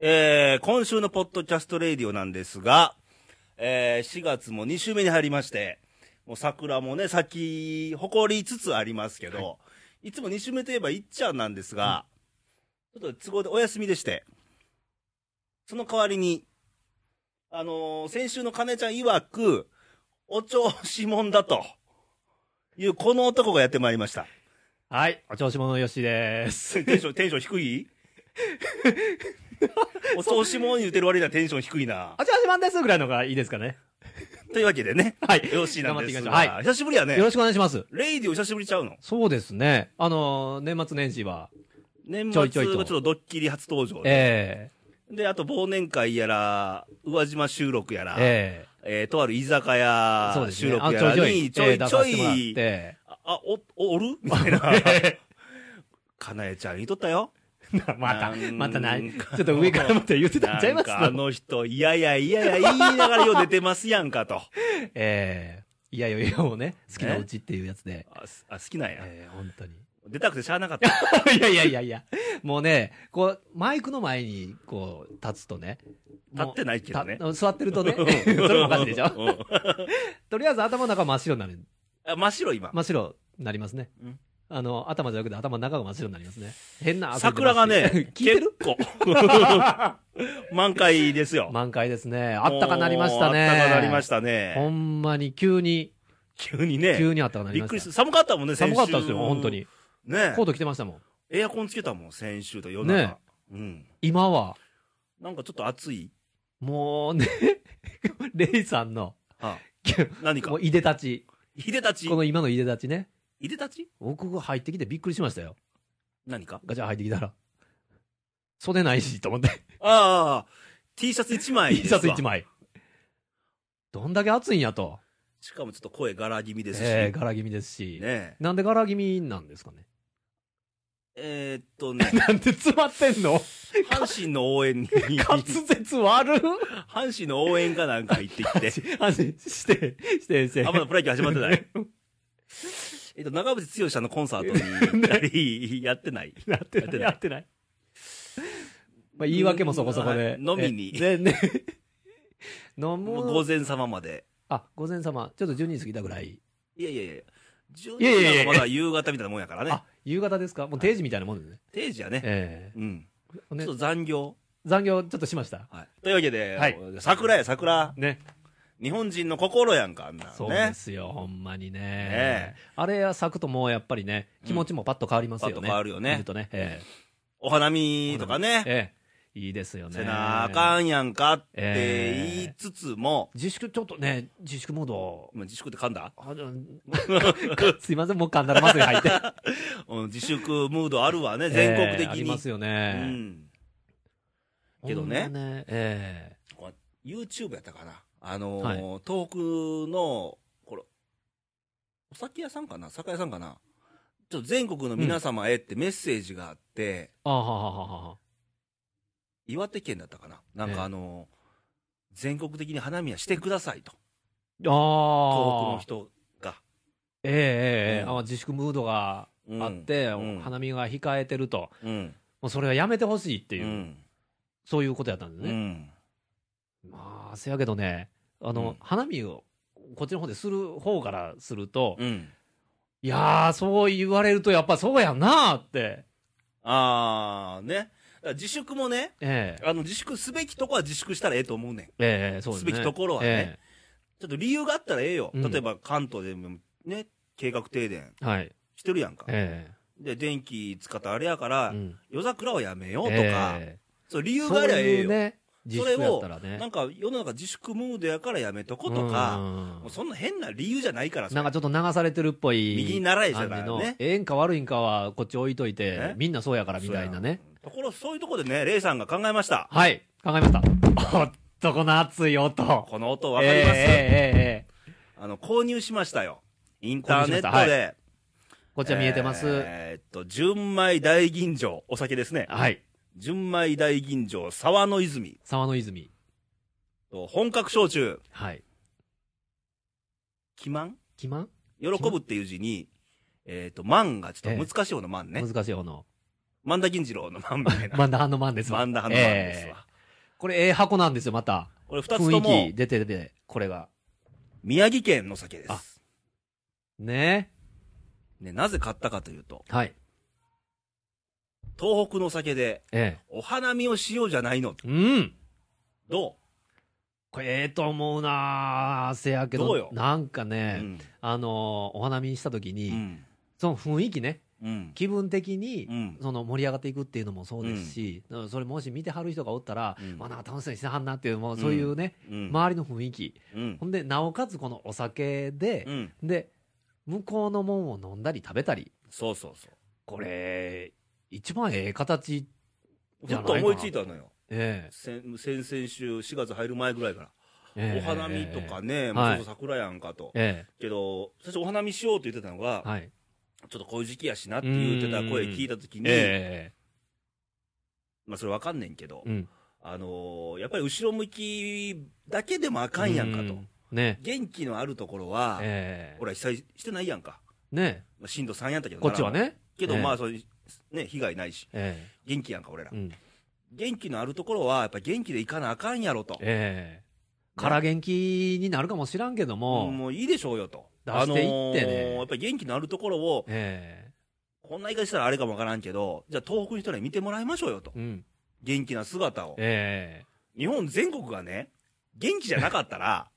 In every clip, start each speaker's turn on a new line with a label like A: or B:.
A: えー、今週のポッドキャストレイディオなんですが、えー、4月も2週目に入りまして、もう桜もね、咲き誇りつつありますけど、い、つも2週目といえばいっちゃんなんですが、ちょっと都合でお休みでして、その代わりに、あのー先週の金ちゃん曰く、お調子者だと、いうこの男がやってまいりました。
B: はい、お調子者のよしです。
A: テンション、テンション低 いお調子者に言うてる割にはテンション低いな。
B: お調子者ですぐらいのがいいですかね。
A: というわけでね。
B: はい。
A: よろしいなん
B: 頑
A: で
B: 張ってい
A: す
B: き
A: が、
B: ましょうは
A: 久しぶりや
B: い。よ
A: ね
B: ろ。しくお願いします。
A: レイディオ久しぶりちゃうの
B: そうですね。あのー、年末年始は、
A: 年
B: ちょ
A: 末
B: いちょいと
A: がちょっとドッキリ初登場で。
B: え
A: で、あと忘年会やら、宇和島収録やら、
B: え
A: え
B: え
A: ーとある居酒
B: え
A: 屋
B: そうです
A: 収
B: ね。
A: 録や
B: あ
A: らに、ちょ
B: え
A: い
B: ー出
A: ち
B: さ
A: ょ
B: せてもらっ
A: い、
B: て
A: あ、あお、おおるみたい な。かなえちゃんにとったよ。
B: また
A: な、ん
B: またない。ちょっと上からまた言ってたんちゃいます
A: なんかあ
B: の
A: の人、いやいやいやいや言いながらよう出てますやんかと。
B: ええいやいやいやもうね、好きなうちっていうやつで。
A: あ、すあ好きなんや。
B: ええ本当に。
A: 出たくてしゃあなかった。
B: いやいやいやいや。もうね、こう、マイクの前に、こう、立つとね。
A: 立ってないけどね
B: た座って るとね。 それもおかしいでしょ。
A: うん
B: とりあえず頭の中真っ白になる。
A: あ真っ白今。
B: 真っ白になりますね。
A: うん
B: あの、頭じゃなくて頭の中が真っ白になりますね。変な汗出
A: 桜
B: ます、
A: がね
B: 聞いてる
A: 結構 満開ですよ。
B: 満開ですね。あったかなりましたね。
A: もうあったかなりました
B: ほ
A: ね。
B: んまに急に、
A: 急にね。
B: 急にあったかなり
A: びっ
B: ました。
A: くりする。寒かったもんね、先
B: 寒
A: 週。
B: かったですよ、本当。に。
A: ね
B: コート着てましたもん。
A: エアコンつけたもん、先週と夜中
B: ね。
A: うん。
B: 今は、
A: なんかちょっと暑い。
B: もうね、 レイさんの、
A: あ何か
B: もう。いでたち。
A: いでたち
B: こ。の今のいでたちね。
A: いでたち
B: 僕が入ってきてびっくりしましたよ。
A: 何か。
B: ガチャ入ってきたら。袖ないし、と思って。
A: ああ、T シャツ1枚
B: T
A: です
B: シ
A: わ。
B: ャツ1枚。どんだけ暑いんやと。
A: しかもちょっと声柄気味ですし。
B: ええー、柄気味ですし。
A: ね
B: なんで柄気味なんですかね。
A: え。えーっとね、
B: なんで詰まってんの
A: 阪神の応援に、
B: 滑
A: 阪
B: 舌悪っ
A: 神の応援かなんか行ってきて、
B: 話して、して、して。。
A: あ、まだプロ野球始まってない。えっと、長渕剛さんのコンサートに行ったり、やってない。
B: なってない。
A: や
B: や
A: っ
B: ってない。まあ、言い訳もそこそこで。
A: うんはい飲みに
B: え全然。 飲
A: も
B: む
A: う午前様まで。
B: あ、午前様。ちょっと12時過ぎたぐらい。
A: いやいやいや。12
B: いやいやいや
A: 時はまだ夕方みたいなもんやからね
B: あ。、夕方ですかもう定時みたいなもんですね。
A: 定時やね。
B: え
A: うん。
B: え
A: ちょっ
B: ね
A: と残業。
B: 残業ちょっとしました。
A: はい。というわけで、
B: はい
A: 桜や桜。
B: ね。
A: 日本人の心やんか、あんなん
B: そう
A: ね
B: で。すよ、ほんまにね。
A: ね
B: あれは咲くともうやっぱりね、気持ちもパッと変わりますよね。
A: うんパッと変わるよね
B: 見るとね。え
A: お花見とか
B: え
A: ね。
B: ええいいですよね。
A: せなあかんやんかって
B: ええ
A: 言いつつも、
B: 自粛、ちょっとね、自粛モード。
A: 今自粛って噛んだ
B: あ のすいません、もう噛んだらまずい入って。
A: うん自粛ムードあるわね、 全国的
B: ええあり
A: に
B: ま。すよ
A: う
B: ね。
A: ん。けどね
B: ほんまえ
A: YouTube やったかな。あのー東北の、これ、お酒屋さんかな酒屋さんかなちょっと全国の皆様へってメッセージがあって、
B: えあははははは。
A: 岩手県だったかななん
B: ええ
A: かあのー全国的に花見はしてくださいと。
B: ああ。
A: 東北の人が。
B: ええええええ
A: うん
B: あ自粛ムードが
A: うん
B: あって、
A: うん
B: 花見が控えてると。
A: うん。
B: もうそれはやめてほしいって
A: う
B: いう、
A: ん。
B: そういうことやったんです
A: う
B: ね。
A: ん。
B: まあ、せやけどね、あの、
A: うん
B: 花見を、こっちの方でする方からすると、
A: うん。
B: いやー、そう言われると、やっぱそうやんなーって。
A: あー、ね。だから自粛もね、
B: ええ
A: あの自粛すべきとこは自粛したらええと思うねん。
B: ええそうですね。
A: すべきところはねちょっと理由があったらええよ。
B: うん
A: 例えば関東でもね、計画停電
B: ええはい。
A: してるやんか。
B: え
A: で、電気使ったらあれやから、
B: えうん
A: 夜桜はやめようとか、
B: え
A: そう理
B: え
A: 由が
B: そ
A: あ
B: う
A: りゃええ
B: いう
A: よ。
B: ね、自
A: それ
B: 粛
A: を
B: やったらね。
A: なんか世の中自粛ムードやからやめとこと
B: う
A: か、
B: ん
A: もうそんな変な理由じゃないからさ、
B: なんかちょっと流されてるっぽい。
A: 右に習えじゃない
B: 感じの
A: ね。
B: ええんか悪いんかは、こっち置いとい
A: え
B: て、みんなそうやからみたい
A: そ
B: なね。
A: うやん。ところ、そういうとこでね、レイさんが考えました。
B: はい、考えました。おっと、この熱い音。わ
A: この音わかります、
B: ええええええ
A: あの、購入しましたよ。インターネットで。
B: 購入しましたこっちは見えてます。
A: えーっと、純米大吟醸、お酒ですね。
B: はい。
A: 純米大吟醸、沢の泉
B: 沢の泉。
A: と、本格焼酎、
B: はい。
A: 気満
B: 欺瞞
A: 喜ぶっていう字に、えーっと、満がちょっと難しい方の満ね。
B: 難しい方の。
A: 万田銀次郎の満みたいな。
B: マンダハンのマンですわ。
A: 万田派の満ですわ。
B: これ、ええ箱なんですよ、また。
A: これ二つと
B: 雰囲
A: も
B: 気、出てて、これが。
A: 宮城県の酒で
B: あ
A: す。
B: ね
A: ね、なぜ買ったかというと、
B: はい。
A: 東北の酒で、
B: え
A: お花見をしようじゃないの。
B: え。うん。
A: ど
B: これ、ええと思うなぁ。せやけど、
A: どうよ
B: なんか
A: う、
B: ね、
A: うん。
B: あのーお花見した時に、
A: うん。
B: その雰囲気ね、
A: うん。
B: 気分的に、
A: うん。
B: その盛り上がっていくっていうのもそうですし、だからそれもし見てはる人がおったら、
A: うん
B: まあなんか楽しそうにしてはんなっていう、もうそういうね、
A: うん。
B: 周りの雰囲気。
A: うん。
B: ほんで、なおかつこのお酒で
A: う、ん。
B: で、向こうのもんを飲んだり食べたり、
A: そうそうそ
B: これ、一番ええ形、
A: う。
B: じ
A: ふ
B: ゃな
A: っ
B: い
A: と
B: かな
A: 思いついたのよ。
B: え
A: 先先々週4月入る前ぐらいから。
B: ええ
A: お
B: え
A: 花見とかね、
B: い
A: もうちょっと桜やんかと。
B: え
A: けど、最初お花見しようって言ってたのが、
B: えはい。
A: ちょっとこういう時期やしなって言ってた声聞いたときに、
B: え
A: まあそれわかんねんけど、
B: えうん。
A: あのーやっぱり後ろ向きだけでもあかんやんかと。
B: と。ね。
A: 元気のあるところは、
B: え
A: ほら、被災してないやんか。
B: えね
A: まあ、震度3やったけど
B: こっちは。ね。
A: けど、
B: ええ
A: まあ、そういう、ね、被害ないし、
B: え
A: 元気やんか、俺ら
B: え。うん。
A: 元気のあるところは、やっぱ元気でいかなあかんやろと。
B: ええから元気になるかもしらんけども、
A: もういいでしょうよと。
B: 出していって
A: あ
B: ね
A: のーやっぱり元気のあるところを、
B: え
A: こんな言い方したらあれかもわからんけど、じゃあ東北の人に見てもらいましょうよと
B: え。うん。
A: 元気な姿を。
B: え
A: 日本全国がね、元気じゃなかった ら、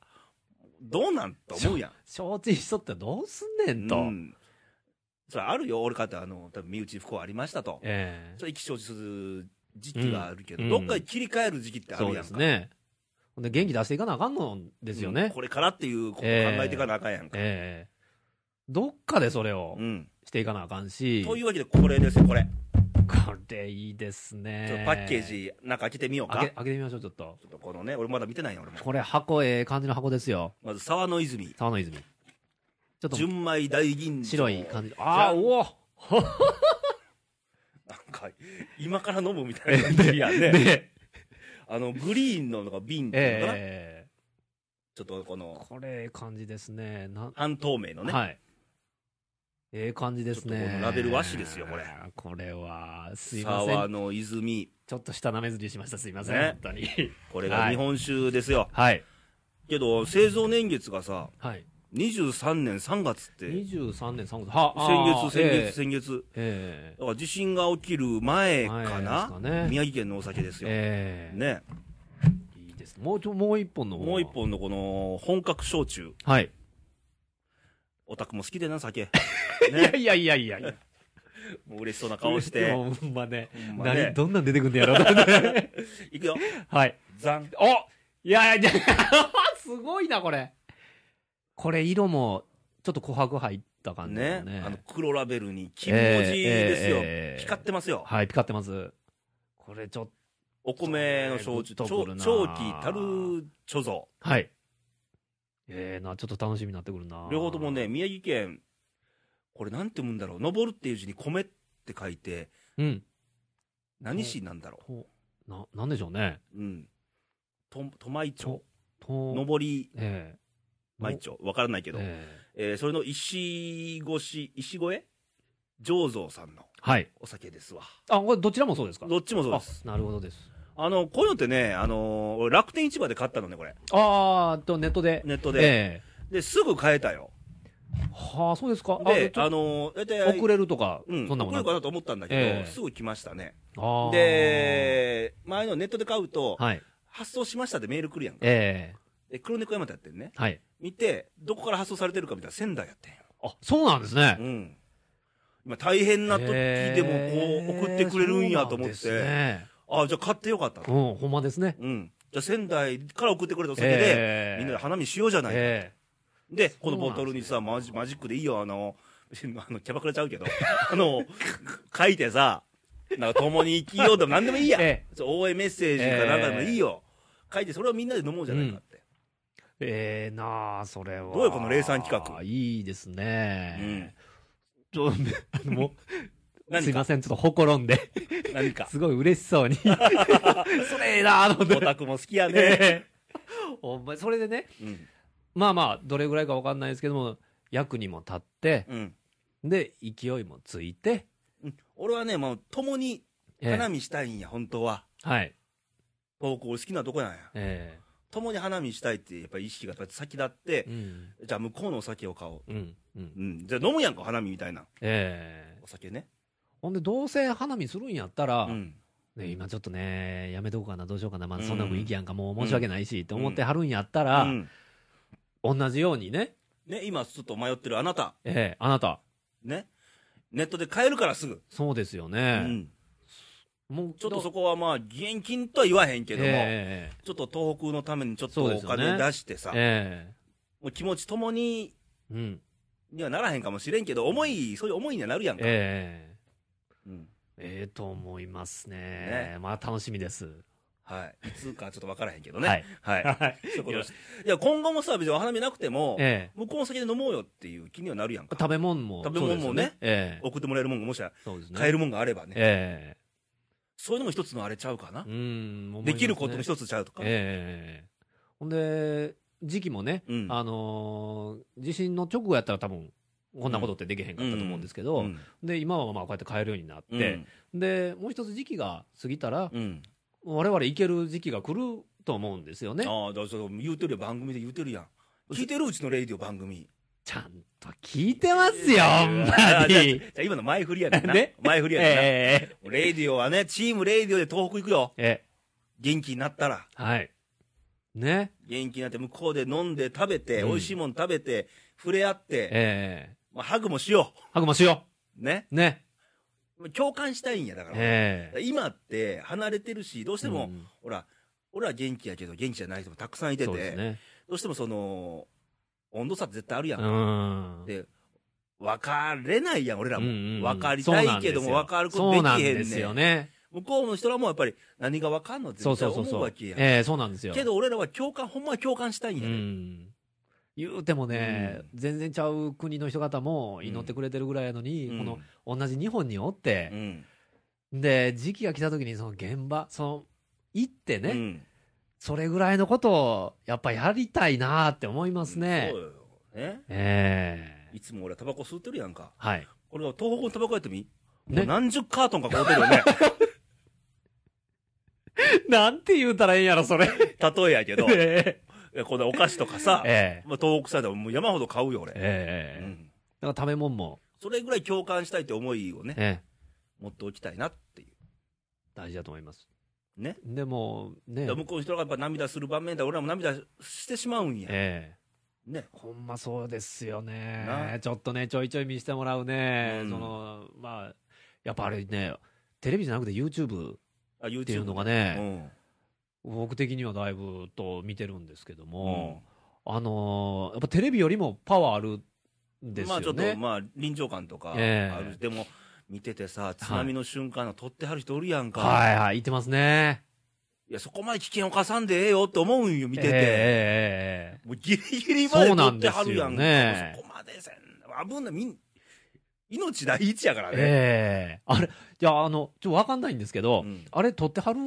A: どうなんと思うやん
B: え。承知しとってどうすんねんと。
A: うんそれあるよ、俺かって、あの、多分身内不幸ありましたと。
B: ええ
A: それ意気承知する時期があるけど、
B: うん
A: どっかに切り替える時期ってある
B: そう
A: や
B: で
A: んか。
B: すね。ほんで、元気出していかなあかんのですよ
A: うん
B: ね。
A: これからっていうことを考えていかなあかんやんか。
B: ええどっかでそれを
A: うん。
B: していかなあかんし。
A: というわけで、これですよ、これ。
B: これいいですね
A: ちょっとパッケージ、中開けてみようか。
B: 開け
A: ち
B: 開けてみましょうちょっと
A: ょっとこのね、俺まだ見てないよ、俺も。
B: これ箱ええ感じの箱ですよ
A: まず、沢の泉。
B: 沢の泉ちょっと
A: 純米大吟醸。
B: 白い感じああ
A: じゃ
B: おお
A: なんか、今から飲むみたいな感じやんね。
B: ね
A: あの、グリーンのなんか瓶っていうのかな、
B: ええ
A: ちょっとこの、
B: これええ感じですねな
A: 半透明のね。
B: はいええ感じです
A: ちょっと
B: ね
A: このラベル和紙ですよこれ
B: これはすいませ
A: 沢
B: ん
A: の泉。
B: ちょっと下なめずりしましたすいません、
A: ね
B: 本 当に
A: これが日本酒ですよ。
B: はい
A: けど、製造年月がさ、
B: はい
A: 23年3月って、
B: 23年3月
A: 先
B: は
A: 月、先月、
B: 月
A: 先月。
B: ええ
A: だから地震が起きる前かな
B: 前ですかね
A: 宮城県のお酒ですよ。
B: ええ
A: ね。
B: いいですもうちょもう一本の方は
A: もう一本のこの本格焼酎。
B: はい
A: オタクも好きでな、酒。
B: いやいやいやいやいや
A: もう嬉しそうな顔し
B: いや
A: て。
B: ほんまね。
A: ほんまね
B: 何どんなん出てくんのやろう と思って。
A: いくよ。
B: はい。
A: ザン。
B: おい やいや、すごいな、これ。これ、色も、ちょっと琥珀入った感じ
A: ね
B: だ。ね。
A: あの、黒ラベルに金文字ですよ。
B: えーえー
A: 光ってますよ。
B: はい、ピカってます。これ、ちょっと、
A: お米の焼酎。
B: ちょ
A: 長
B: っと来るな
A: 長期たる貯蔵。
B: はい。ええな、ちょっと楽しみになってくるな。
A: 両方ともね、、宮城県、これなんて読むんだろう、登るっていう字に米って書いて、
B: うん。
A: 何市なんだろ
B: と、な、なんでしょうね。
A: う。うん。と、とまい町
B: と、。と、
A: 登り、
B: ええ
A: まい町。わからないけど。え
B: ええ
A: ーそれの石越し、石越え醸造さんの
B: はい。
A: お酒ですわ。
B: あ、これ、どちらもそうですか
A: どっちもそうです。
B: あ、なるほどです。
A: あの、こういうのってね、あのー俺楽天市場で買ったのね、これ。
B: ああ、と、ネットで。
A: ネット
B: ト
A: で。
B: ええ
A: で、すぐ買えたよ。
B: はあ、そうですか。
A: で、
B: あ
A: あ
B: の
A: のー、大体、
B: 遅れるとか、
A: うん、
B: そんな
A: 送れ
B: もんな
A: る
B: く
A: かなと思ったんだけど、
B: ええ
A: すぐ来ましたね。
B: あー、
A: で、前のネットで買うと、
B: はい。
A: 発送しましたってメール来るやんか。
B: え
A: で、黒猫山田やってんね。
B: えはい。
A: 見て、どこから発送されてるか見たら仙台やってんよ
B: あ、そうなんですね。
A: うん。今大変な時でもこう送ってくれるんやと思っ
B: ええ
A: て、
B: そうなんですね。
A: あじゃあ買ってよかった
B: う
A: と。
B: ん、ほんまですね。
A: うん。じゃあ仙台から送ってくれたお酒で、
B: ええ
A: みんなで花見しようじゃないか。
B: え
A: で、このボトルにさ、マジマジックでいいよ、あの、 あのキャバクラちゃうけど、あの、書いてさ、なんか共に生きようでもなんでもいいや。
B: え
A: そう応援メッセージかなんかでもいいよ。書いて、それをみんなで飲もうじゃないかって。
B: えええなあ、それは。
A: どうよこの零散企画
B: いいですね。ちょ、あのもう、
A: 何か
B: すいません、ちょっとほころんで、
A: 何 か。
B: すごい嬉 しそうに。それええなあ、と思
A: オ
B: って。
A: タクも好きやね。
B: え えほんま、それでね、
A: うん。
B: まあまあ、どれぐらいかわかんないですけども、役にも立って、
A: うん。
B: で、勢いもついて、
A: 俺はね、もう、共に
B: ええ
A: 花見したいんや、本当は。
B: はい。
A: 東京好きなとこなんや。
B: え
A: 共に花見したいって、やっぱり意識がやっぱり先立って
B: え、うん。
A: じゃあ向こうのお酒を買おう。
B: うん。うん。
A: うん。じゃあ飲むやんか、花見みたいな。
B: ええ
A: お酒ね。
B: ほんで、どうせ花見するんやったら、
A: うん。
B: ね、今ちょっとね、やめとこうかな、どうしようかな、まあ、そんな
A: うん
B: 雰囲気やんか、もう申し訳ないし、って思ってはるんやったら、
A: うん
B: 同じようにね、
A: ね、今ちょっと迷ってるあなた。
B: ええあなた、
A: ね。ネットで買えるからすぐ。
B: そうですよ
A: う
B: ね。
A: ん。
B: もう
A: ちょっとそ
B: こ
A: こはまあ、現金とは言わへんけども、
B: え
A: ちょっと東北のためにちょっと
B: そうで
A: お
B: すよね
A: 金出してさ、
B: ええ
A: もう気持ちともに、
B: えうん、
A: にはならへんかもしれんけど、思い、そういう思いにはなるやんか。
B: え
A: うん。
B: えええと思いますね。
A: ね
B: まあ、楽しみです。
A: はい。いつかちょっとわからへんけどね。
B: は
A: はい。
B: い。
A: はい。そういうことですいや、今後もさ、別にお花見なくても、
B: ええ
A: 向こうの先で飲もうよっていう気にはなるやんか。
B: 食べ物も、
A: 食べ物もね
B: そうですよええ
A: 送ってもらえるもんが、もしや
B: そうですね。
A: 買えるもんがあればね。
B: え
A: そういうのも一つのあれちゃうかな
B: え。うん、思いますね
A: できることの一つちゃうとか。
B: ええほんで、時期もね、
A: うん
B: あのー地震の直後やったら多分、こんなことってできへんかったと思うんですけど、
A: うん
B: で、今はまあこうやって買えるようになって、、で、もう一つ時期が過ぎたら、
A: うん。うん
B: 我々行ける時期が来ると思うんですよね。
A: ああ、だからそう言うてるよ、番組で言うてるやん。聞いてるうちのレイディオ番組。
B: ちゃんと聞いてますよ、ほんま
A: あじゃあ
B: に
A: じ。ゃあ今の前振りやねんな。
B: ね
A: 前振りやねんな。
B: ええ
A: レイディオはね、チームレイディオで東北行くよ。
B: え
A: 元気になったら。
B: えはい。ね。
A: 元気になって向こうで飲んで食べて、
B: うん
A: 美味しいもん食べて、触れ合って、
B: ええ
A: まあ、ハグもしよ
B: ハグもしよ
A: う。ね。
B: う。ね。
A: 共感したいんや、だから。
B: ええ
A: 今って離れてるし、どうしても、
B: うん
A: ほら、俺は元気やけど、元気じゃない人もたくさんいて
B: そうで
A: て、
B: すね。
A: どうしてもその、温度差って絶対あるや。
B: うんん。
A: で、分かれないやん、俺ら
B: うん
A: も。
B: うんうん
A: 分かりたいけども、分かることで
B: そうなん
A: きへん
B: で
A: ね
B: すよ
A: ん。
B: ね。
A: 向こうの人らもやっぱり、何が分かんのって
B: そう
A: 絶対
B: そう
A: 思
B: そう
A: う
B: そ
A: わ
B: う。
A: けやん。
B: ええそうなんですよ。
A: けど俺らは共感、ほんまは共感したいん
B: う
A: やね。
B: ん。言うてもね、全然ちゃう国の人々も祈ってくれてるぐらいやのに、
A: うん
B: この、同じ日本におって
A: う、ん。
B: で、時期が来た時にその現場、その、行ってね、
A: うん
B: それぐらいのことを、やっぱやりたいなって思いますね
A: そう。よ。ね。
B: ええ
A: いつも俺タバコ吸ってるやんか。
B: はい。
A: これが東北のタバコやってみ、
B: ね
A: もう何十カートンか買うてるよ ね。
B: なんて言うたらええんやろ、それ。
A: 例えやけど、い
B: え
A: やこのお菓子とかさ、
B: え
A: まあ、東北サイドはもう山ほど買うよ俺、
B: え
A: う
B: え
A: ん。
B: だから食べ物も、
A: それぐらい共感したいって思いをね、
B: ええ
A: 持っておきたいなっていう。
B: 大事だと思います。
A: ね。
B: でも、ね
A: だから、向こうの人がやっぱ涙する場面だ、俺らも涙してしまうんや。
B: ええ
A: ね。
B: ほんまそうですよ
A: な
B: ね。ちょっとね、ちょいちょい見せてもらうね。
A: うん
B: その、まあ、やっぱあれね、テレビじゃなくて YouTube っ
A: あ、YouTube
B: ていうのが
A: う
B: ね、
A: ん。
B: 僕的にはだいぶと見てるんですけど
A: うん
B: も、あのーやっぱテレビよりもパワーあるんです
A: まあちょ
B: よ
A: っと、
B: ね。
A: まあ臨場感とかある、
B: ええ
A: でも見ててさ、津波の瞬間の撮ってはる人おるやんか、
B: はいはい、言ってますね。
A: い、や、そこまで危険を重んでええよって思うんよ、見てて。
B: ええええええ
A: もうギリギリまで撮ってはるやん
B: そ
A: か。
B: うなんですよね
A: そこまでせん。危ない。みん、命第一やからね。
B: ええあれ、じゃあ、あの、ちょっとわかんないんですけど、
A: うん
B: あれ撮ってはる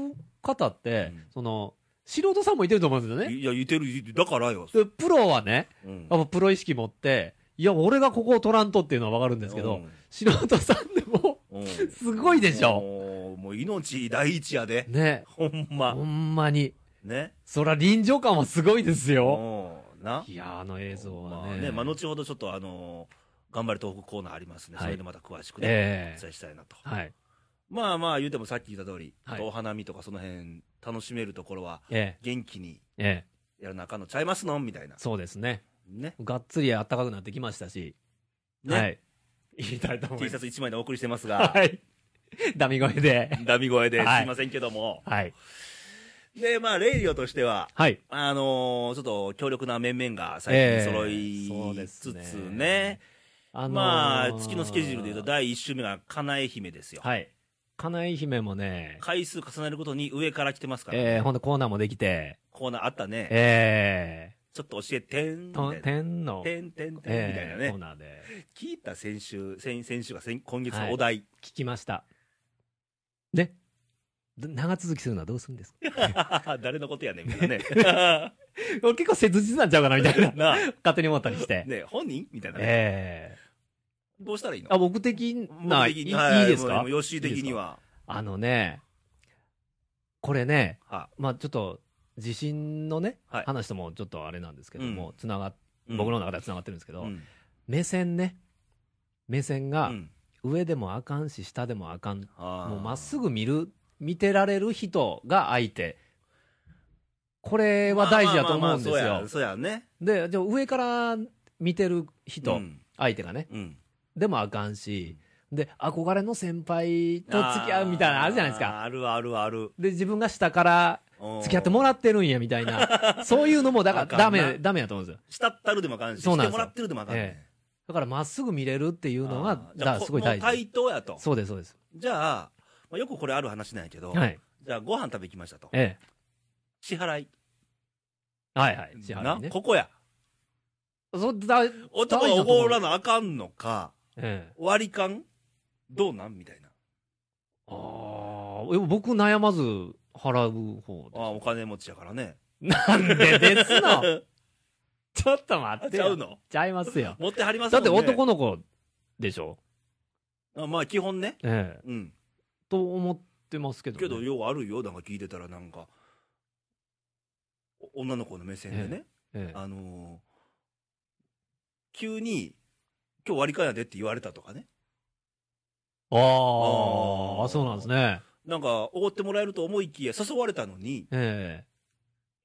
B: 方って、
A: うん
B: その、素人さんもいてると思うんですよね。
A: いや、言ってる、言ってるだからよ。
B: でプロはね、
A: うん
B: やっぱプロ意識持って、いや、俺がここを取らんとっていうのはわかるんですけど、素人さんでも、
A: うんうん
B: すごいでしょ。
A: もうもう命第一やで。
B: ね、
A: ほんま
B: ほ。んまに。
A: ね。
B: そら臨場感はすごいですよ。
A: うんな。
B: いやー、あの映像は
A: まあ
B: ね。
A: ね、まあ、後ほどちょっとあのー頑張れ東北コーナーありますね。
B: はい
A: それでまた詳しくね、
B: え
A: お
B: え
A: 伝えしたいなと。
B: はい。
A: まあまあ言うてもさっき言った通り、
B: はい
A: お花見とかその辺楽しめるところは
B: え
A: 元気に
B: えええ
A: やらなあかんのちゃいますのみたいな。
B: そうですね。
A: ね。
B: がっつり暖かくなってきましたし。
A: ね
B: はい。言いたいと思い
A: T
B: ま
A: シャ
B: す。
A: ツ1枚でお送りしてますが、
B: はい。ダミ声で。
A: ダミ声です
B: はい
A: いませんけども。
B: はい。
A: で、まあ、レイディオとしては、
B: はい。
A: あのーちょっと強力な面々が最近揃
B: ええそう
A: い
B: で
A: つ
B: す
A: つね。
B: ねあのー
A: まあ、月のスケジュールで言うと、第1週目がかなえ姫ですよ。
B: はい。かなえ姫もね、
A: 回数重ねることに上から来てますから、
B: えー、ほんでコーナーもできて、
A: コーナーあったね。
B: え
A: ちょっと教えてん、み
B: ー、
A: た
B: と
A: いな。
B: 天の、
A: てんてんてんみたい
B: え
A: な
B: ー、コ
A: ね。
B: ーナーで
A: 聞いた先週、先先週が先今月のお題。
B: 聞きました。で、ど長続きするのはどうするんですか
A: 誰のことやねん、みたいな ね。
B: 俺結構切実なんちゃうかなみたい な、
A: なあ
B: 勝手に思ったりして。
A: ね本人みたいなね。
B: え
A: どうしたらいいの
B: ー、あ、僕的な、
A: 僕
B: い
A: 的
B: い
A: に
B: い
A: はい
B: ですか
A: もう吉井的には。
B: あのね、これね、
A: は
B: まあちょっと地震のね、
A: はい
B: 話ともちょっとあれなんですけども、つながっ
A: い。
B: 僕の中ではつながってるんですけど、
A: うん、
B: 目線ね、目線が
A: うん
B: 上でもあかんし、下でもあかん、
A: あー
B: もうまっすぐ見る、見てられる人が相手、これは大事だと思うんですよ。
A: まあまあまあまあそうや、そうやね。
B: で、じゃあ上から見てる人、
A: うん
B: 相手がね、
A: うん。
B: でもあかんし、で、憧れの先輩と付き合うみたいなのあるじゃないです
A: あ
B: か。
A: ー。あるあるある。
B: で、自分が下から付き合っても
A: ら
B: らってるんやみた いな、そういうのもだか
A: あからんな
B: ダメ、ダメやと思うんですよ。
A: したったるでもあかんし、
B: そう
A: して
B: なんです
A: も
B: よ
A: らってるでもあかんねん。
B: えだからまっすぐ見れるっていうの
A: あ
B: が、
A: ーじ
B: だ
A: ゃあ
B: からすごい大
A: こもう
B: 事。
A: 対等やと。
B: そうです、そうです。
A: じゃあ、まあ、よくこれある話なんやけど、
B: はい。
A: じゃあご飯食べ行きましたと。
B: え
A: 支払い。
B: え。はいはい。支払いね
A: な。ここや。
B: そうだ、え
A: 男がおごらなあかんのか、
B: え。
A: 割り勘どうなんみたいな。
B: ああ、でも僕悩まず払う方
A: ああ、お金持ちやからね。
B: です。なんでですの ちょっと待って
A: ち
B: よ。
A: ゃうの
B: ちゃいますよ。
A: 持ってはります
B: だ
A: も
B: っ
A: ん
B: て
A: ね。
B: 男の子でしょ、
A: あまあ基本ね。
B: ええ、
A: うん。
B: と思ってますけど、ね。
A: けど、ようあるよ。なんか聞いてたらなんか、お女の子の目線でね、
B: ええ
A: あのー急に、今日割り勘やでって言われたとかね。
B: あー
A: あー
B: あ、そうなんですね。
A: なんか、おごってもらえると思いきや、誘われたのに、
B: え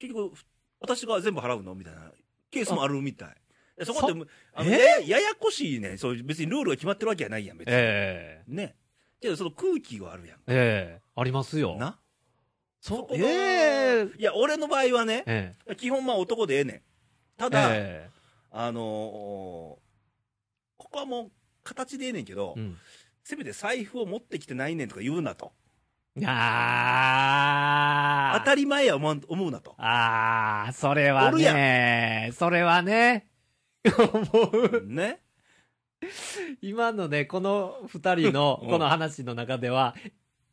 A: 結局、私が全部払うのみたいなケースもあるみたい。でそこって、あの
B: え
A: ややややこしいねんそういう別にルールが決まってるわけじゃないやん、
B: え
A: 別に。
B: え
A: ね。けど、その空気があるやん
B: えええありますよ。
A: な。
B: そ
A: こが
B: ええ
A: いや、俺の場合はね、
B: ええ
A: 基本まあ男でええねん。ただ、
B: え
A: あのーここはもう形でええねんけど、
B: えうん。
A: せめて財布を持ってきてないねんとか言うなと。
B: ああ。。
A: 当たり前や思わん思うなと
B: ああ、それは
A: おる
B: ね、それはね、もう、
A: ね。、
B: 今のね、この二人の
A: うん
B: この話の中では、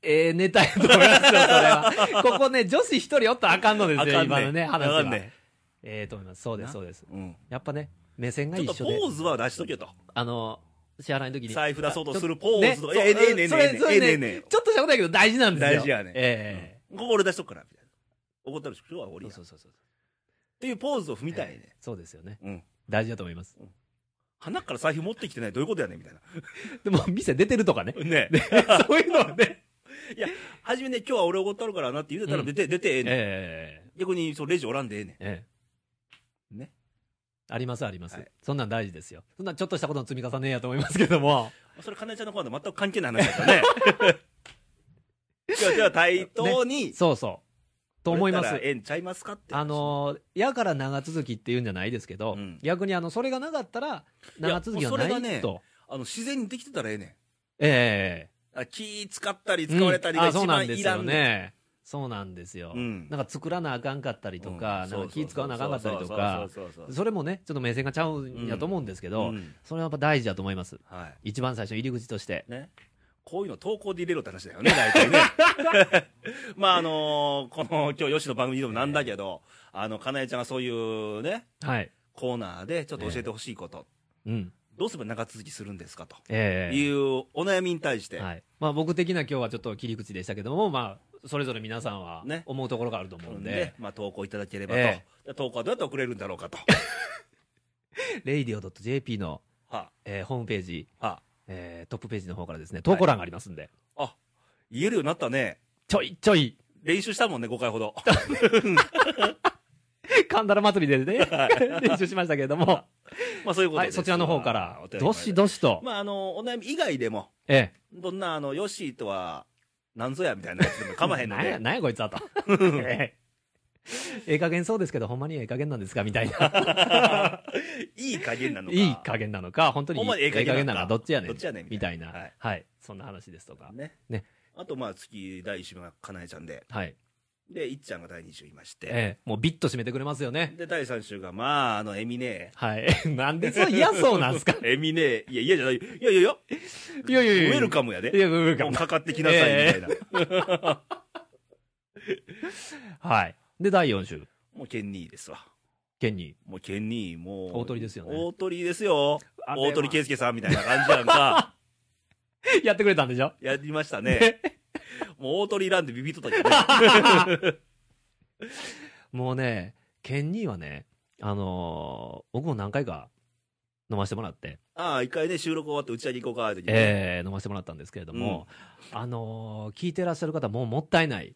B: ええネタやと思いますよ、それ は。ここね、女子一人おったらあかんのですよ、今のね、話
A: あ
B: は。
A: かん
B: え
A: ね
B: えと思います。そうで
A: な
B: す、そうです。
A: うん。
B: やっぱね、目線が
A: ちょ
B: 一
A: っと
B: 緒
A: ポ
B: で、
A: ーズは出しとけと。
B: あの、支払いの時に。
A: 財布出そうとする
B: あ
A: ポーズとか。い
B: ね
A: やええねえねえ
B: そ
A: ね
B: れ
A: えね
B: そ
A: え
B: れ
A: ね
B: ね
A: えねえね
B: ちょっとしたことやけど大事なんですよ。
A: 大事やね
B: え
A: え。ここ俺出しとくから、みたいな。怒ったら今日は終わ
B: え
A: りや。っ
B: そうそうそうそう。
A: ていうポーズを踏みたいね。
B: そうですよね。
A: うん。
B: 大事だと思います。
A: 鼻から財布持ってきてないどういうことやねんみたいな。
B: でも、店出てると かね。
A: ね。
B: そういう のはね。
A: はじめね、今日は俺おごったるからなって言うてたら
B: うん
A: 出て、出てええねん。
B: ええ
A: 逆に、そう、レジおらんでええね
B: え
A: ん。ね。
B: えありますあります、
A: はい
B: そんなん大事ですよ。そんなんちょっとしたことの積み重ねやと思いますけども。
A: それ、かなえちゃんの子は全く関係ない話だ からね。今日は対等に、
B: そうそう。と思いま
A: これ
B: す
A: たら。ええんちゃいますかって話。
B: あのー、やから長続きっていうんじゃないですけど、
A: うん
B: 逆にあの、それがなかったら、長続きはな
A: や
B: いと。
A: もうそれがあの、自然にできてたらええねん。
B: え
A: あ気使ったり
B: え
A: 使われたり
B: うん
A: が
B: あそ
A: 一
B: うな
A: 番
B: んで
A: い
B: す
A: ら
B: よ
A: んねん。
B: ね。そうなんですよ。
A: うん
B: なんか作らなあかんかったりとか、なんか気使わなあかんかったりとか、
A: そうそうそうそうそう
B: それもね、ちょっと目線がちゃうんやと思うんですけど、
A: うん
B: それはやっぱ大事だと思います。
A: は
B: 一番最初の入り口として。
A: い。ね。こういうの投稿で入れろって話だよね、大 体ね。まあ、あのーこの、今日、吉の番組でもなんだけど、あの、かなえちゃんがそういうね、
B: はい。
A: コーナーでちょっと教えてほしいこと、
B: うん。
A: どうすれば長続きするんですかと
B: ええ
A: いうお悩みに対して、
B: はいまあ、僕的な今日はちょっと切り口でしたけども、まあ、それぞれ皆さんは
A: ね
B: 思うところがあると思う
A: うんん
B: で、
A: で、まあ、投稿いただければと。
B: え
A: で投稿はどうやって送れるんだろう かと。
B: radio.jp の、
A: は
B: えーホームページ、
A: あ、は
B: えートップページの方からですね、投稿欄がありますんで、
A: あ、あ、言えるようになったね。
B: ちょいちょい、
A: 練習したもんね、5回ほ ど。
B: カンダラ祭 りでね、練習しましたけれども、
A: まあ、そういうこと
B: は
A: で
B: い、
A: す。
B: そちらの方か
A: まあ
B: ら
A: お便、り
B: どしどしと、
A: まあ、あの、お悩み以外でも、
B: え
A: どんな、あの、ヨッシーとは、なんぞや、みたいなやつでも構まへ
B: え
A: んの
B: なんや、
A: で、
B: なんやこい つはと。 ええええ加減そうですけど、ほんまにええ加減なんですかみたいな。
A: いい加減なのか。
B: いい加減なのか、本当に
A: ほんまにええ加減なのか
B: なのか、どっちやねん。
A: どっちやねんみ
B: み
A: た
B: た
A: い
B: い
A: な
B: な。
A: はい
B: はい。そんな話ですとか。
A: ね。
B: ね
A: あと、まあ、月第一週がかなえちゃんで、
B: はい。
A: で、いっちゃんが第二週いまして、
B: ええ、もうビッと締めてくれますよね。
A: で、第三週が、まあ、あの、エミネ
B: はい。なんでそう嫌そうなんすか
A: エミネいや、嫌じゃない。いやいやいや、
B: いやいやいやいや
A: ウェルカムやで。
B: いや、ウェルカ
A: もう
B: ム。
A: かかってきなさい、みたいな。
B: はい。で、第4週、
A: もう、ケンニーですわ。
B: ケンに。
A: もう、ケンニー、もう。
B: 大鳥ですよね
A: 大鳥ですよ。
B: あれは
A: 大鳥 圭介さんみたいな感じやんか。
B: やってくれたんでしょ
A: やりましたね。もう大鳥いらんでビビっとったけ どね。
B: もうね、ケンニーはね、あのー僕も何回か飲ませてもらって、
A: ああ、一回ね、収録終わって打ち上げ行こうか、って時にね
B: えー飲ませてもらったんですけれども、あのー聞いてらっしゃる方、もうもったいない。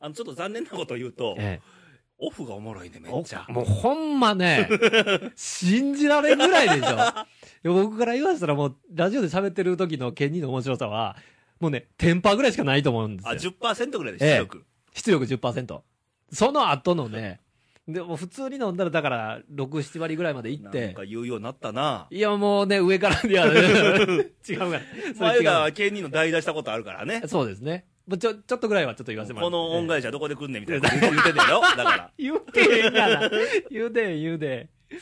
A: あの、ちょっと残念なこと言うと、
B: え
A: オフがおもろいね、め
B: え
A: っちゃ。
B: もうほんま ね、信じられんぐらいでしょ。で僕から言わせたらもう、ラジオで喋ってる時のケンニーの面白さは、もうね、テンパーぐらいしかないと思うんです
A: あ、
B: よ。
A: 10%ぐらいで
B: ええ
A: 出力。
B: 出力10%。その後のね、でも普通に飲んだらだから6、7割ぐらいまでいっ
A: なん
B: て、
A: か言うようになったな。
B: いやもうね、上 から、いや、違うから。それ
A: 前
B: 違う
A: 田は芸人の代打したことあるからね。
B: そうですね。もうちょ、ちょっとぐらいはちょっと言わせてもら
A: こ
B: って。
A: の恩返しはどこで来んねんみたいなこと言ってんだよ。だから。
B: 言うてへんから。言うてへん、言うてへ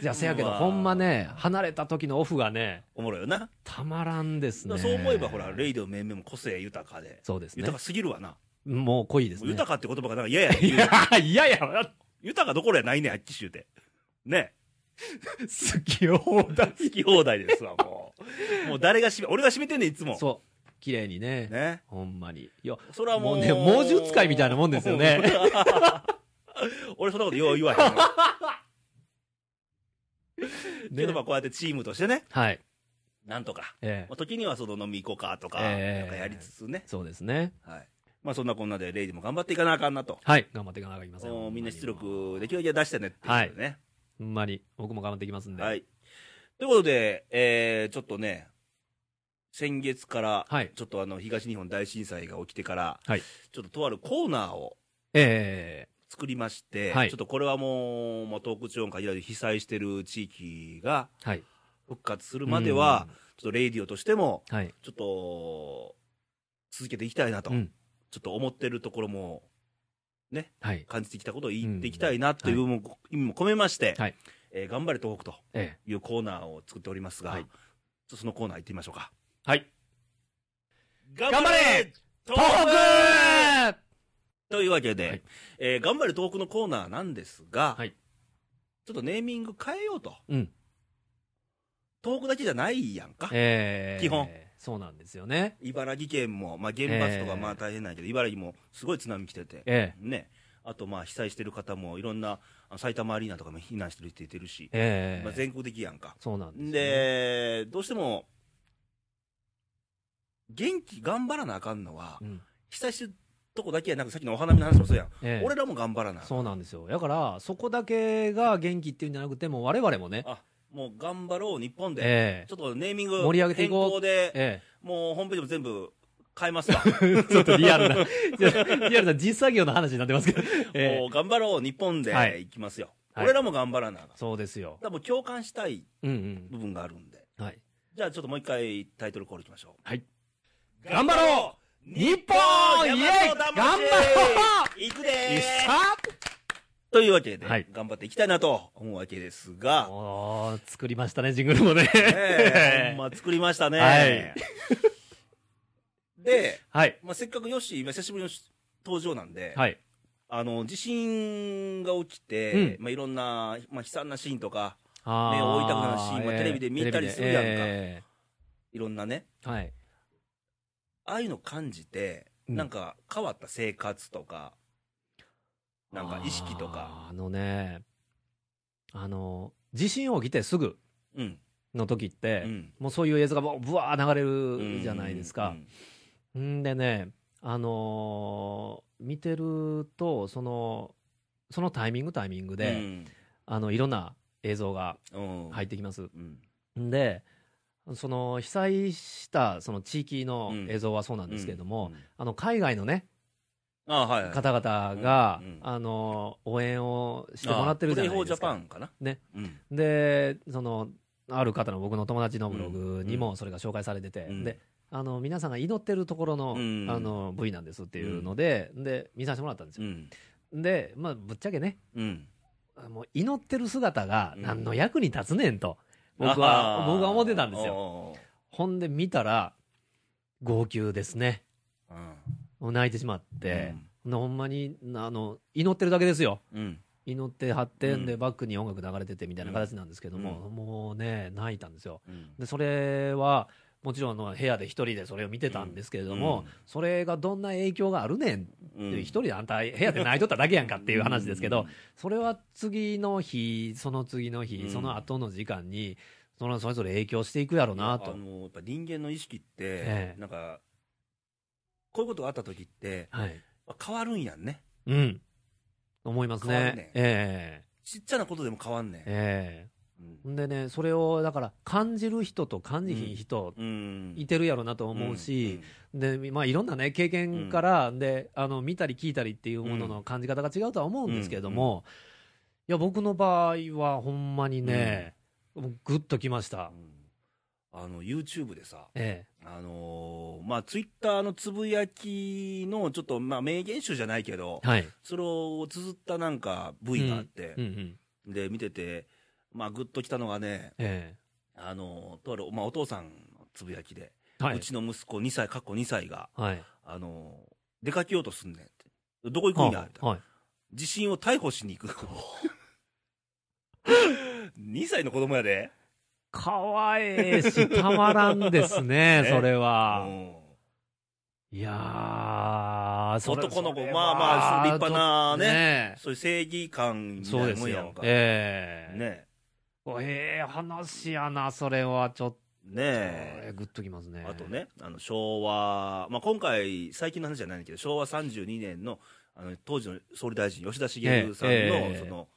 B: ん。じゃあ、せやけど、
A: まあ
B: ほんまね、離れた時のオフが ね、
A: おもろいよな。
B: たまらんですね。
A: そう思えばほら、レイディオ面々も個性豊かで。
B: そうですね
A: 豊。かすぎるわな。
B: もう濃いです
A: もう
B: ね。
A: 豊かって言葉がなんか嫌やねん
B: い
A: 言う
B: や、いややわ、
A: 豊かどころやないねん、あっちしゅうて。ね。
B: 好きよ、だ。
A: 好き放題ですわ、もう。もう誰がしめ、俺が締めてんねん、いつも。
B: そう。綺麗にね。
A: ね。
B: ほんまに。いや、
A: それはもう。
B: もうね猛獣使いみたいなもんですよね。
A: 俺そんなことよう言わへ ん。けどまあこう
B: ね
A: やってチームとしてね、
B: はい。
A: なんとか。
B: ええ
A: まあ、時にはその飲み行こうかとか、
B: ええ
A: なんかやりつつね。
B: そうですね。
A: はい。まあそんなこんなで、レイジも頑張っていかなあかんなと。
B: はい。頑張っていかなきゃいけません。ほ
A: もうみんな出
B: ほまに
A: 力、できるだけ出してねっていうことでね。
B: ほんまに。僕も頑張っていきますんで。
A: はい。ということで、えー、ちょっとね、先月から、
B: はい
A: ちょっとあの、東日本大震災が起きてから、
B: はい
A: ちょっととあるコーナーを
B: え
A: 作りまして、
B: はい
A: ちょっとこれはもう、まあ、東北地方に限らず被災してる地域が
B: えはい。
A: 復活するまでは、ちょっとレイディオとしても、
B: うん、はい。
A: ちょっと、続けていきたいなと、
B: うん。
A: ちょっと思ってるところも、
B: はい。
A: 感じてきたことを言っていきたいなという部分も意味も込めまして、
B: はい
A: えー頑張れ東北と
B: え
A: いうコーナーを作っておりますが、
B: はい
A: ちょっとそのコーナー行ってみましょうか。
B: え。はい。
A: 頑
B: 張れ
A: 東
B: 東
A: というわけで、
B: はい
A: えー頑張れ東北のコーナーなんですが、
B: はい
A: ちょっとネーミング変えようと。
B: うん。
A: 東北だけじゃないやんか。
B: ええ
A: 基本。
B: そうなんですよね。
A: 茨城県も、まあ、原発と
B: え
A: か
B: ー
A: まあ大変なんやけど、茨城もすごい津波来てて、
B: え
A: ね、あとまあ被災してる方もいろんなあの埼玉アリーナとかも避難してる人いてるし
B: え、ええ
A: まあ、全国的やんか。
B: そうなんですよね、
A: で、どうしても、元気頑張らなあかんのは
B: う、ん、
A: 被災してるとこだけやなく、さっきのお花見の話もそうやん。
B: ええ
A: 俺らも頑張らなあかん
B: そうなんですよ。だから、そこだけが元気っていうんじゃなくて、もう我々もね、
A: あもう頑張ろう、日本で、
B: え
A: ちょっとネーミング
B: 盛り上げていこう
A: 変更で、
B: ええ
A: もうホームページも全部変えますわ、
B: え ちょっとリア ルな、リアルな実作業の話になってますけど、ええ
A: もう頑張ろう、日本
B: は
A: で
B: い
A: いきますよ、
B: はい
A: 俺らも頑張らなあかん、だか
B: そうですよ。
A: らもう共感したい
B: うん
A: 部分があるんで、
B: うん。はい。
A: じゃあちょっともう一回タイトルコールいきましょう。
B: はい頑張ろ
A: う
B: 日本イエイ
A: 頑
B: 頑張
A: 張ろういくで
B: よっ
A: ー
B: し
A: というわけで、
B: はい
A: 頑張っていきたいなと思うわけです
B: ゃ
A: が、
B: おー作りましたね、ジングルもね。
A: ええほんま作りましたね。
B: はい
A: で、
B: はい。
A: まあ、せっかくよし、今久しぶりの登場なんで、
B: はい。
A: あの地震が起きて、
B: う
A: まあ、いろんな、まあ、悲惨なシーンとか、
B: あー
A: 目を覆いたくなるシーンはテレビで見たりするやんか
B: テレ
A: いろんなね、
B: ビでええはい。
A: ああいうの感じて、
B: うん
A: なんか変わった生活とか、なんか意識とか、
B: あー。あのね、あの、地震起きてすぐ
A: うん、
B: の時っ
A: う
B: て、
A: ん、
B: もうそういう映像がもうブワー流れ
A: う
B: る
A: ん
B: じゃないですか
A: う。ん
B: んでね、あのー見てると、その、そのタイミングタイミングで、あの、いろんな映像が
A: うん、うん
B: 入ってきます。
A: うん、
B: んで、その被災したその地域の
A: うん
B: 映像はそうなんですけれども、
A: うん、
B: あの海外のね、
A: あはい、はい、
B: 方々が、
A: うんうん
B: あの応援をしてもらってるじゃな
A: あプレイ
B: いですか。
A: フォージャパンかな。
B: ね。
A: うん。
B: で、その、ある方の僕の友達のブログにもそれが紹介されてて、
A: うん
B: で、あの、皆さんが祈ってるところの、
A: うん
B: あの、部位なんですっていうので、で、見させてもらったんです
A: う
B: よ。
A: ん。
B: で、まあ、ぶっちゃけね、
A: うん。
B: もう祈ってる姿が
A: うん
B: 何の役に立つねんと、僕は、僕は思ってたんですよ。
A: よ。
B: ほんで見たら、号泣ですね。
A: おー
B: もう泣いてしまって、ほんでほんまに、あの、祈ってるだけですよ。
A: うん。うん。
B: 祈って発展で
A: うん
B: バックに音楽流れててみたいな形なんですけども、
A: う
B: もうね、泣いたんですよ。
A: うん
B: で、それは、もちろんあの部屋で一人でそれを見てたんですけれども、
A: うん
B: それがどんな影響があるねんっていう、
A: うん
B: 一人であんた部屋で泣いとっただけやんかっていう話ですけど、それは次の日、その次の日、
A: うん
B: その後の時間に、そのそれぞれ影響していくやろうなと
A: あ。のやっぱ人間の意識って、
B: ええ
A: なんか、こういうことがあった時って、
B: はい。
A: 変わるんやんね。
B: うん。思います
A: 変わ
B: ね。
A: んね
B: え
A: ちっちゃなことでも変わんね
B: え
A: ん。
B: え
A: うん
B: えんでね、それを、だから、感じる人と感じひん人、
A: うん
B: いてるやろうなと思うし、、で、まあ、いろんなね、経験から、で、あの、見たり聞いたりっていうものの感じ方が違うとは思うんですけれども、いや、僕の場合は、ほんまにね、もうグッときまし
A: うん。う
B: た
A: んあの、YouTube でさ、
B: え
A: あのーまあ、ツイッターのつぶやきの、ちょっと、まあ、名言集じゃないけど
B: え。、はい。
A: それを綴ったなんか部位があって
B: うん、うん。
A: で、見てて、まあ、ぐっときたのがね、
B: え
A: あのーとある、まあ、お父さんのつぶやきで、
B: え。は
A: う
B: い。
A: ちの息子2歳、過去2歳が、
B: はい。
A: あのー出かけようとすんねんって。どこ行くんやみたいな。
B: はい。
A: 地震を逮捕しに 行く。2歳の子供やで。
B: 可愛いしたまらんです ね
A: ね、
B: それ
A: う
B: は。
A: ん
B: いやー、それ
A: 男の子
B: それ
A: まあま
B: は
A: あ立派なね
B: ね
A: そういう正義感みた
B: そう
A: い
B: で
A: なも
B: す
A: んやん
B: よ
A: か。。ね
B: ええ
A: ね
B: ええ話やな、それはちょっと、え
A: え
B: えグッときますね。
A: あと。ね、あの昭和、まあ、今回、最近の話じゃないけど、昭和32年のあの当時の総理大臣、吉田茂さんの、
B: ええええ
A: その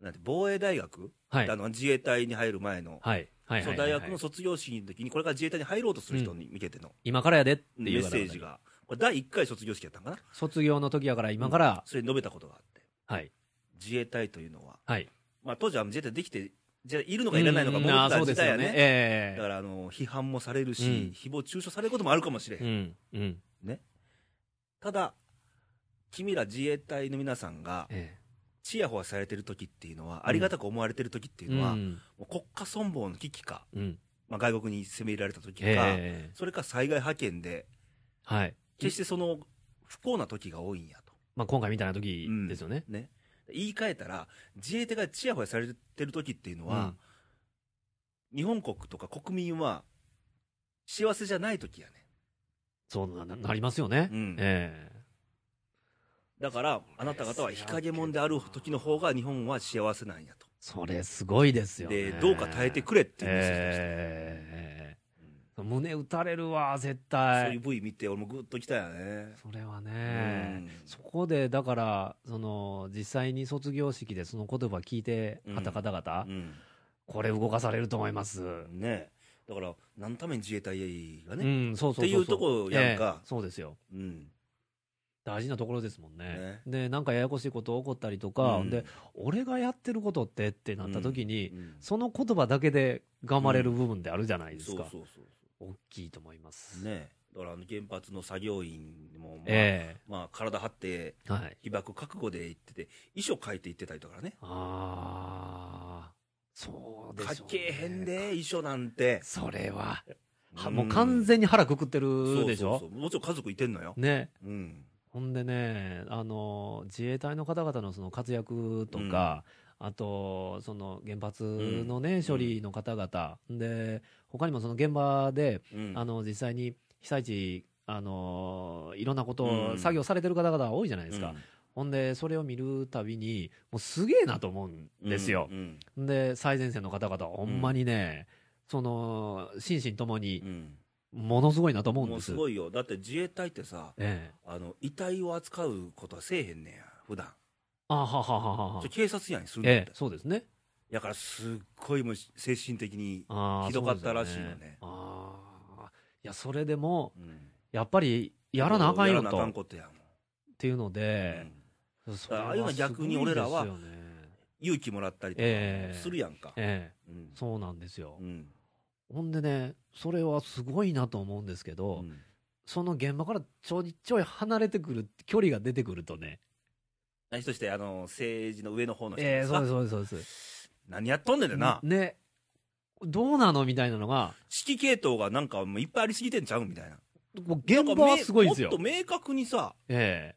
A: なんて防衛大学、
B: はい。
A: あ
B: はい。
A: の自衛隊に入る前の、
B: はい。はい。
A: その大学の卒業式の時に、これから自衛隊に入ろうとする人に向けての、
B: 今からやでって
A: メ
B: い
A: ッ
B: う
A: セージが、これ、第1回卒業式やったんかな、
B: 卒業の時やから今から、
A: それに述べたことがあって、
B: はい。
A: 自衛隊というのは、
B: はい。
A: まあ、当時は自衛隊できて、じゃあいるのかいらないのか、戻っ
B: うんあーそ
A: た
B: うで
A: 時
B: す
A: 代
B: よ
A: や
B: ね。
A: ね。だ
B: え
A: からあの批判もされるし、
B: うん
A: 誹謗中傷されることもあるかもしれへん
B: え。うん。うん。
A: ただ、君ら自衛隊の皆さんが、
B: え
A: ちやほやされてる時っていうのは、ありがたく思われてる時って
B: え。
A: いうのは、
B: う
A: も
B: ん。
A: う国家存亡の危機か、
B: うん。
A: まあ、外国に攻め入れられた時か、
B: ええ。
A: それか災害派遣で、
B: はい。
A: 決してその不幸な時が多いんやと。
B: まあ今回みたいな時ですよね。
A: ね。言い換えたら、自衛隊がちやほやされてる時っていうのは、日本国とか国民は、幸せじゃない時やね。
B: そうなななりますよね。
A: うん
B: ええ
A: だから、あなた方は日陰者である時の方が日本は幸せなんやと。
B: それすごいですよ、ね。
A: で、どうか耐えてくれっていうメッセージでした
B: え
A: うん
B: え胸打たれるわ、
A: そう
B: 絶
A: い
B: 対
A: う。部位見て、俺もグッときたよね。
B: それは
A: う
B: ね、
A: ん
B: そこでだから、その実際に卒業式でその言葉聞いてはった方々、これ動かされると思います。
A: う
B: うん
A: ねだから、何のために自衛隊がね、
B: ん、そうそうそうそう。
A: っていうとこやんか
B: ええそうですよ。
A: うん
B: 大事なところですもんね。
A: ね
B: で、なんかややこしいこと起こったりとか、
A: うん
B: で、俺がやってることってってなった時に、
A: うん
B: その言葉だけで頑張れる部分であるじゃないです
A: そう
B: か。
A: そうそう
B: 大きいと思います。
A: ねだから、あの原発の作業員も、まあ
B: え
A: まあ、体張って、
B: えはい。
A: 被爆覚悟で行ってて、遺書書いて行ってたりとかね。
B: ああ、そうでしょう、ね。
A: 書けへん。で、遺書なんて。
B: それは、は
A: ん
B: もう完全に腹くくってるでし
A: そう
B: ょ
A: そうそうもちろん家族いてんのよ。
B: ね。
A: うん。
B: ほんでね、あの、自衛隊の方々のその活躍とか、あと、その原発のね、
A: うん
B: 処理の方々、で、他にもその現場で、
A: うん
B: あの、実際に被災地、あの、いろんなこと
A: う
B: を
A: ん
B: 作業されてる方々多いじゃないですか。
A: うん
B: ほんで、それを見るたびに、もうすげえなと思うんですよ
A: う。ん
B: で、最前線の方々、ほんまにね、その、心身とも
A: う
B: に、
A: ん
B: ものすごいなと思うん
A: も
B: で
A: う
B: す。
A: すごいよ。だって自衛隊ってさ、
B: ええ。
A: あの、遺体を扱うことはせえへんねんや、普段。
B: あははははは
A: それ。警察やんするのっ
B: ええ
A: て、。
B: そうですね。
A: だからすっごいもう精神的に、
B: あー
A: ひどかったらしいのね
B: そうですよあーいや、それでも、
A: うん
B: やっぱり、やらなあかん
A: やら
B: よ
A: なあか
B: と。
A: ん
B: っ
A: ことやもん。
B: ていうので、
A: うん
B: それは
A: ああいうのは逆に俺らは
B: すごいですよね
A: 勇気もらったりとか
B: ええ
A: するやんか。
B: ええ
A: うん
B: そうなんですよ
A: う。ん
B: ほんでね、それはすごいなと思うんですけど、
A: うん
B: その現場からちょいちょい離れてくる、距離が出てくるとね、
A: 何として、あの、政治の上の方の人
B: ええ
A: がさ
B: そうです、そうです、そうです。
A: 何やっとんねんでな。
B: ね、どうなのみたいなのが、
A: 指揮系統がなんかもういっぱいありすぎてんちゃうみたいな。
B: もう現場はすごいですよ
A: もっ。と明確にさ、
B: え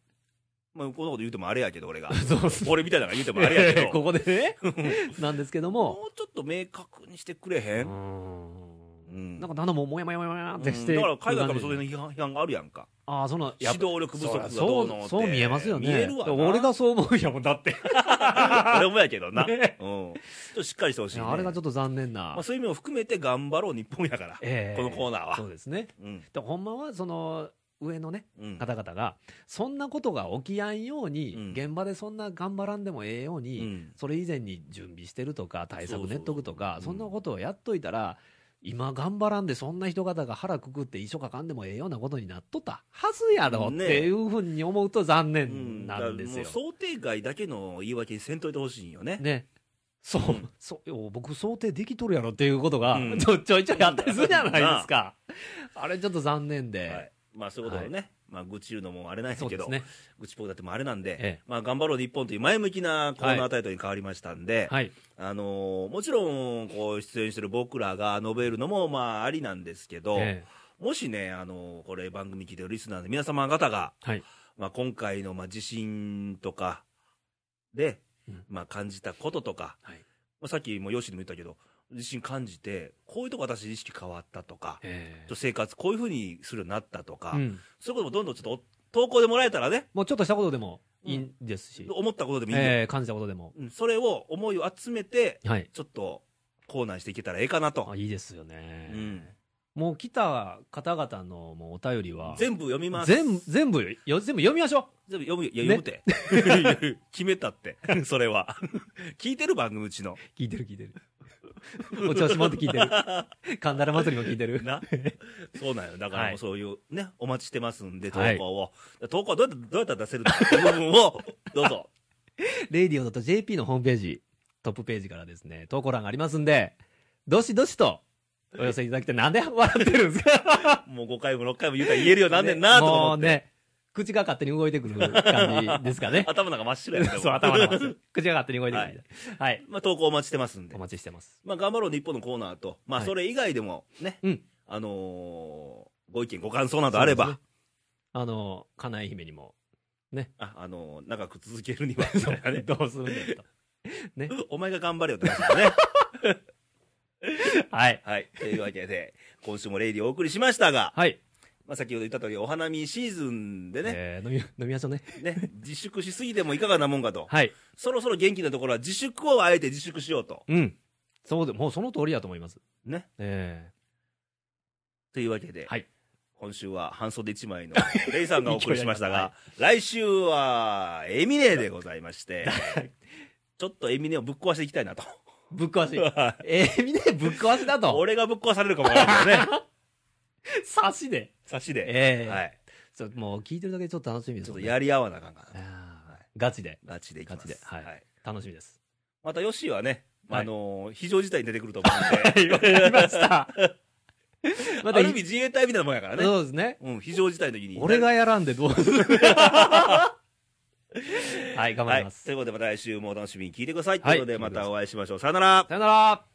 A: まあ、こんなこと言うてもあれやけど、俺が
B: え。そうそう
A: 俺みたいなのが言うてもあれやけど、
B: ここでね、なんですけども、
A: もうちょっと明確にしてくれへん、
B: うーん
A: うん
B: なんかなんだもうもやもやもやもやってして、
A: だから海外からもそれの批判批判があるやんか。
B: ああその
A: 指導力不足がど
B: そう
A: のって
B: うそう見えますよね
A: 見えるわな。
B: 俺がそう思うやもんだって、
A: 俺もやけど な。
B: ね
A: うん。ちょっとしっかりしてほしい、ね。
B: あれがちょっと残念な、
A: まあ、そういう意味も含めて頑張ろう日本やから。
B: ええ
A: このコーナーは
B: そうですね
A: うん。
B: でほんまはその上のね
A: うん。
B: 方々がそんなことが起きやんように、
A: うん
B: 現場でそんな頑張らんでもええように、
A: うん
B: それ以前に準備してるとか対
A: そうそう
B: 策
A: そう
B: 練っとくとか
A: うん
B: そんなことをやっといたら、今頑張らんでそんな人方が腹くくって遺書書かんでもええようなことになっとったはずやろっ
A: ね
B: ていうふうに思うと残
A: う
B: 念なんですよ。
A: だからもう想定外だけの言い訳にせんといてほしいんよね。
B: ね。そう、
A: うん
B: そうよ僕想定できとるやろっていうことが、
A: うん
B: ちょちょいちょいあったりするじゃないですか。あれちょっと残念で。
A: はい。まあそういうことをね、まあ愚痴言うのもあれなんや
B: そう
A: け
B: で
A: ど、
B: すね。
A: 愚痴っぽくだってもあれなんで、
B: ええ
A: まあ頑張ろう日本という前向きなコーナータイトルに変わりましたんで、
B: はい。
A: あのーもちろんこう出演してる僕らが述べるのもまあありなんですけど、
B: ええ
A: もしね、あのこれ番組聞いてるリスナーの皆様方が、
B: はい。
A: まあ、今回のまあ地震とかで、
B: うん
A: まあ、感じたこととか、
B: はい
A: まあ、さっきも吉野も言ったけど、地震感じて、こういうとこ私意識変わったとか、ち
B: え
A: ょっと生活こういうふうにするようになったとか、
B: えうん
A: そういうこともどんどんちょっと投稿でもらえたらね、
B: もうちょっとしたことでもいいんですし、
A: 思ったことでもいいんで、
B: ええ感じたことでも。
A: うんそれを思いを集めて、
B: はい。
A: ちょっとコーナーしていけたらええかなと
B: あ。いいですよ
A: う
B: ね、
A: ん、
B: もう来た方々のもうお便りは、
A: 全部読みます。
B: 全部、全部よ、全部読みましょ
A: 全部読む、いや、読むて。 決めた って。それは。聞いてる番組うちの
B: う。。聞いてる聞いてる。お調子もって聞いてる。カンダラ祭りも聞いてる。
A: な。そうなんよ。だから
B: はい
A: もうそういう、ね、お待ちしてますんで、投
B: はい
A: 稿を。投稿はどうやって、どうやったら出せるのかっていう部分を、 どうぞ。
B: radio.jp のホームページ、トップページからですね、投稿欄がありますんで、どしどしとお寄せいただきて、なんで笑ってるんですか
A: もう5回も6回も言うたら言えるようになんねんなとか思
B: も
A: っ
B: う
A: て。
B: ね、口が勝手に動いてくる感じですかね。
A: 頭なんか真っ白やね
B: そう、頭の中です。口が勝手に動いてくる。はい。
A: まあ、投稿お待ちしてますんで
B: お。待ちしてます。
A: まあ、頑張ろう日本のコーナーと、まあ、
B: はい
A: それ以外でも、ね
B: うん。
A: あのーご意見、ご感想などあれ
B: そうで
A: ば
B: す、あの、かなえ姫にも、
A: あ、あのー長く続けるに は、
B: どうするんだよと。
A: お前が頑張れよって話だ ね。
B: はい。
A: はい。というわけで、今週もレイディをお送りしましたが、
B: はい。
A: まあ、先ほど言った通り、お花見シーズンでね、
B: えー飲み、飲みましょうね。
A: ね、自粛しすぎてもいかがなもんかと。
B: はい。
A: そろそろ元気なところは自粛をあえて自粛しようと。
B: うん。そうで、もうその通りやと思います。
A: ね。
B: え
A: というわけで、
B: はい
A: 今週は半袖一枚のレイさんがお送りしま したが、
B: は
A: 来週はエミネでございまして、ちょっとエミネをぶっ壊していきたい なと。
B: ーぶっ壊し。えー、みんなぶっ壊しだ と。
A: 俺がぶっ壊されるかもわからん からね。
B: 差しで。
A: 差しで。
B: ええ
A: はい。
B: ちょもう聞いてるだけでちょっと楽しみです
A: ちょっ
B: よ
A: と
B: ね、
A: やり合わなあかんかな。
B: あーガチで。
A: ガチでいきます。
B: ガチではい
A: はい
B: 楽しみです。
A: またヨッシーはね、まあ
B: はい
A: あのー非常事態に出てくると思うんで、
B: わかりました。 ま
A: あ
B: た
A: る意味自衛隊みたいなもんやからね。
B: そうですね。
A: うん、非常事態の時に。
B: 俺がやらんでどうす るはい、頑張
A: は
B: り
A: い
B: ま。す。
A: ということで、また来週もお楽しみに聞いてください。
B: はい
A: ということで、またお会いしましょう。さよなら。
B: さよなら